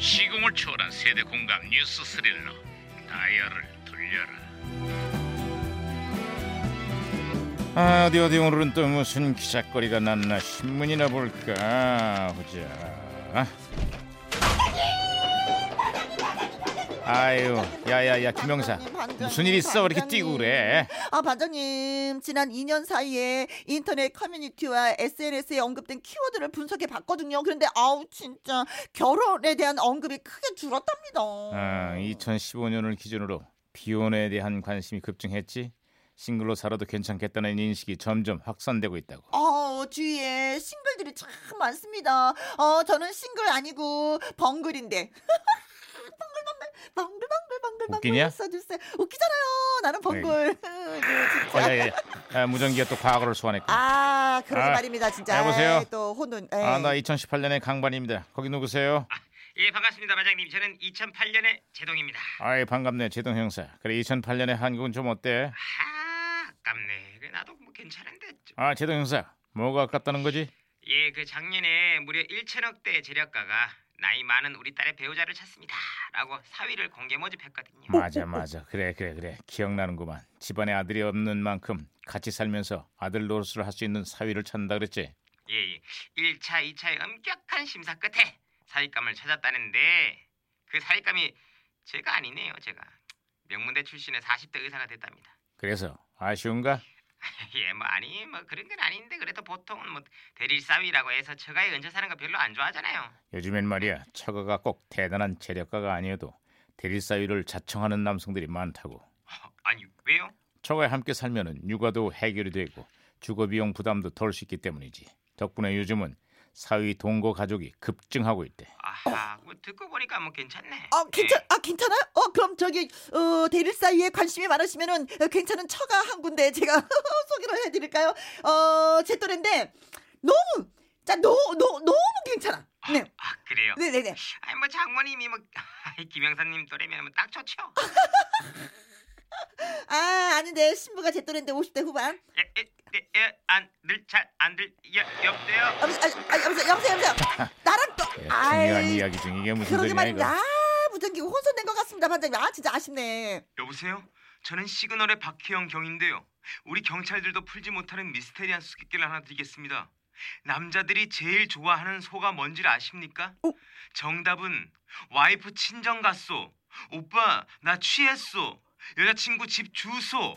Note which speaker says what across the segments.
Speaker 1: 시공을 초월한 세대 공감 뉴스 스릴러 다이얼을 돌려라 아 어디 어디 오늘은 또 무슨 기사거리가 났나 신문이나 볼까 보자 아유 야야야 김영사
Speaker 2: 반장님,
Speaker 1: 무슨 일 있어 왜 이렇게 뛰고 그래
Speaker 2: 아 반장님 지난 2년 사이에 인터넷 커뮤니티와 SNS에 언급된 키워드를 분석해 봤거든요. 그런데 아우 진짜 결혼에 대한 언급이 크게 줄었답니다.
Speaker 1: 아, 2015년을 기준으로 비혼에 대한 관심이 급증했지 싱글로 살아도 괜찮겠다는 인식이 점점 확산되고 있다고
Speaker 2: 어, 주위에 싱글들이 참 많습니다. 어, 저는 싱글 아니고 벙글인데. 벙글 벙글 벙글 벙글 벙글
Speaker 1: 웃기냐?
Speaker 2: 벙글 써주세요. 웃기잖아요. 나는 벙글. 네,
Speaker 1: 어,
Speaker 2: 진짜.
Speaker 1: 야, 야, 야. 아, 무전기가 또 과거를 소환했고
Speaker 2: 아, 그러지
Speaker 1: 아,
Speaker 2: 말입니다, 진짜.
Speaker 1: 여보세요?
Speaker 2: 에이, 또 혼돈. 에이.
Speaker 1: 아 나 2018년의 강반입니다 거기 누구세요?
Speaker 3: 예 반갑습니다 반장님 저는 2008년의 제동입니다
Speaker 1: 아이 반갑네 제동 형사 그래 2008년의 한국은 좀 어때?
Speaker 3: 아 아깝네 그 나도 뭐 괜찮은데
Speaker 1: 아 제동 형사 뭐가 아깝다는 거지?
Speaker 3: 예 그 작년에 무려 1천억대 재력가가 나이 많은 우리 딸의 배우자를 찾습니다 라고 사위를 공개 모집했거든요
Speaker 1: 맞아 맞아 그래 그래 그래 기억나는구만 집안에 아들이 없는 만큼 같이 살면서 아들 노릇을 할 수 있는 사위를 찾는다 그랬지?
Speaker 3: 예, 예 1차 2차의 엄격한 심사 끝에 사위감을 찾았다는데 그 사위감이 제가 아니네요 제가 명문대 출신의 40대 의사가 됐답니다
Speaker 1: 그래서 아쉬운가?
Speaker 3: 예, 뭐 아니 뭐 그런 건 아닌데 그래도 보통은 뭐 대릴 사위라고 해서 처가에 얹혀 사는 거 별로 안 좋아하잖아요
Speaker 1: 요즘엔 말이야 처가가 꼭 대단한 재력가가 아니어도 대리사위를 자청하는 남성들이 많다고
Speaker 3: 아니 왜요?
Speaker 1: 처가에 함께 살면은 육아도 해결이 되고 주거비용 부담도 덜 수 있기 때문이지 덕분에 요즘은 사위 동거 가족이 급증하고 있대
Speaker 3: 아하, 뭐 듣고 보니까 뭐 괜찮네.
Speaker 2: 어, 괜찮, 아, 괜찮아요? 어, 그럼 저기, 어, 대릴 사이에 관심이 많으시면은, 어, 괜찮은 처가 한 군데 제가 소개를 해드릴까요? 어, 제 또래인데, 너무, 자, 너, 너, 너무 괜찮아. 네.
Speaker 3: 아 그래요.
Speaker 2: 네네네.
Speaker 3: 아니 뭐 장모님이 뭐 아이, 김영사님 또래면 뭐 딱 좋죠.
Speaker 2: 아, 아닌데, 신부가 제 또래인데 50대 후반.
Speaker 3: 예, 예예예안들잘안들옆대요
Speaker 2: 여보세요, 아, 아, 여보세요, 여보세요, 여보세요. 나랑 또,
Speaker 1: 야, 중요한
Speaker 2: 아이,
Speaker 1: 이야기 중 이게 무슨
Speaker 2: 그러게
Speaker 1: 소리냐 이거
Speaker 2: 말입니다. 아, 무전기가 혼선된 것 같습니다, 반장님. 아, 진짜 아쉽네.
Speaker 3: 여보세요. 저는 시그널의 박희영 경인데요. 우리 경찰들도 풀지 못하는 미스테리한 수수께끼를 하나 드리겠습니다. 남자들이 제일 좋아하는 소가 뭔지를 아십니까? 정답은 와이프 친정 갔소. 오빠 나 취했소. 여자친구 집 주소.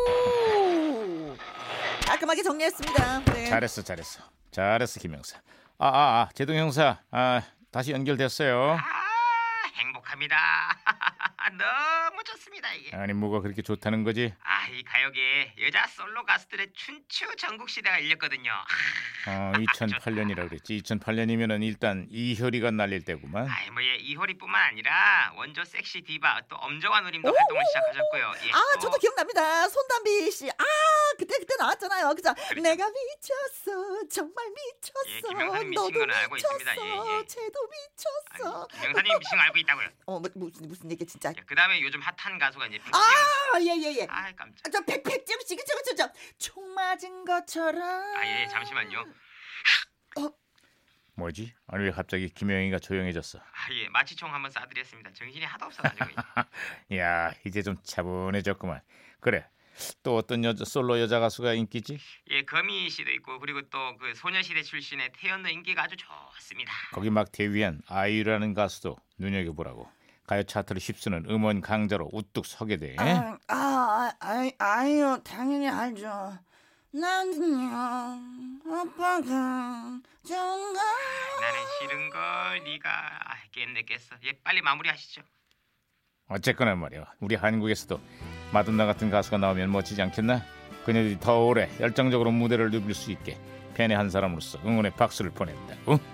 Speaker 2: 오. 깔끔하게 정리했습니다. 네.
Speaker 1: 잘했어 잘했어 잘했어 김형사 아아 아, 제동 형사 아 다시 연결됐어요
Speaker 3: 아 행복합니다. 너무 좋습니다 이게.
Speaker 1: 아니 뭐가 그렇게 좋다는 거지
Speaker 3: 아 이 가요계 여자 솔로 가수들의 춘추 전국 시대가 열렸거든요.
Speaker 1: 어 2008년이라 그랬지 2008년이면은 일단 이효리가 날릴 때구만
Speaker 3: 아이 뭐예 이효리뿐만 아니라 원조 섹시 디바 또 엄정화 누님도 활동을 시작하셨고요. 예,
Speaker 2: 아,
Speaker 3: 또
Speaker 2: 저도 기억납니다. 손담비 씨. 아, 그때 그때 나왔잖아요. 그죠? 내가 미쳤어. 정말
Speaker 3: 그렇죠. 예,
Speaker 2: 미쳤어.
Speaker 3: 김영사님 미친
Speaker 2: 너도
Speaker 3: 거는 알고
Speaker 2: 미쳤어.
Speaker 3: 있습니다. 예, 예.
Speaker 2: 쟤도
Speaker 3: 아니,
Speaker 2: 미쳤어.
Speaker 3: 김영사님 미신 거 알고 있다고요.
Speaker 2: 어, 뭐, 무슨 무슨 얘기 진짜.
Speaker 3: 그 다음에 요즘 핫한 가수가 이제 백지영.
Speaker 2: 아, 예, 예, 예.
Speaker 3: 아 깜짝.
Speaker 2: 아, 저 백백지영 씨, 그쵸, 그쵸, 그쵸. 총 맞은 것처럼.
Speaker 3: 아 예 잠시만요.
Speaker 1: 뭐지 아니 왜 갑자기 김영희가 조용해졌어
Speaker 3: 아예 마취총 한번 쏴드렸습니다. 정신이 하도 없어가지고.
Speaker 1: 야 이제 좀 차분해졌구만 그래 또 어떤 여자 솔로 여자 가수가 인기지
Speaker 3: 예 거미 씨도 있고 그리고 또 그 소녀시대 출신의 태연도 인기가 아주 좋습니다.
Speaker 1: 거기 막 데뷔한 아이유라는 가수도 눈여겨보라고 가요 차트를 휩쓰는 음원 강자로 우뚝 서게 돼
Speaker 2: 아, 아, 아, 아유, 당연히 알죠. 난요 오빠가 정말
Speaker 3: 나는 싫은 걸 네가 아, 깼네 깼어. 예 빨리 마무리하시죠.
Speaker 1: 어쨌거나 말이야 우리 한국에서도 마돈나 같은 가수가 나오면 멋지지 않겠나 그녀들이 더 오래 열정적으로 무대를 누빌 수 있게 팬의 한 사람으로서 응원의 박수를 보낸다고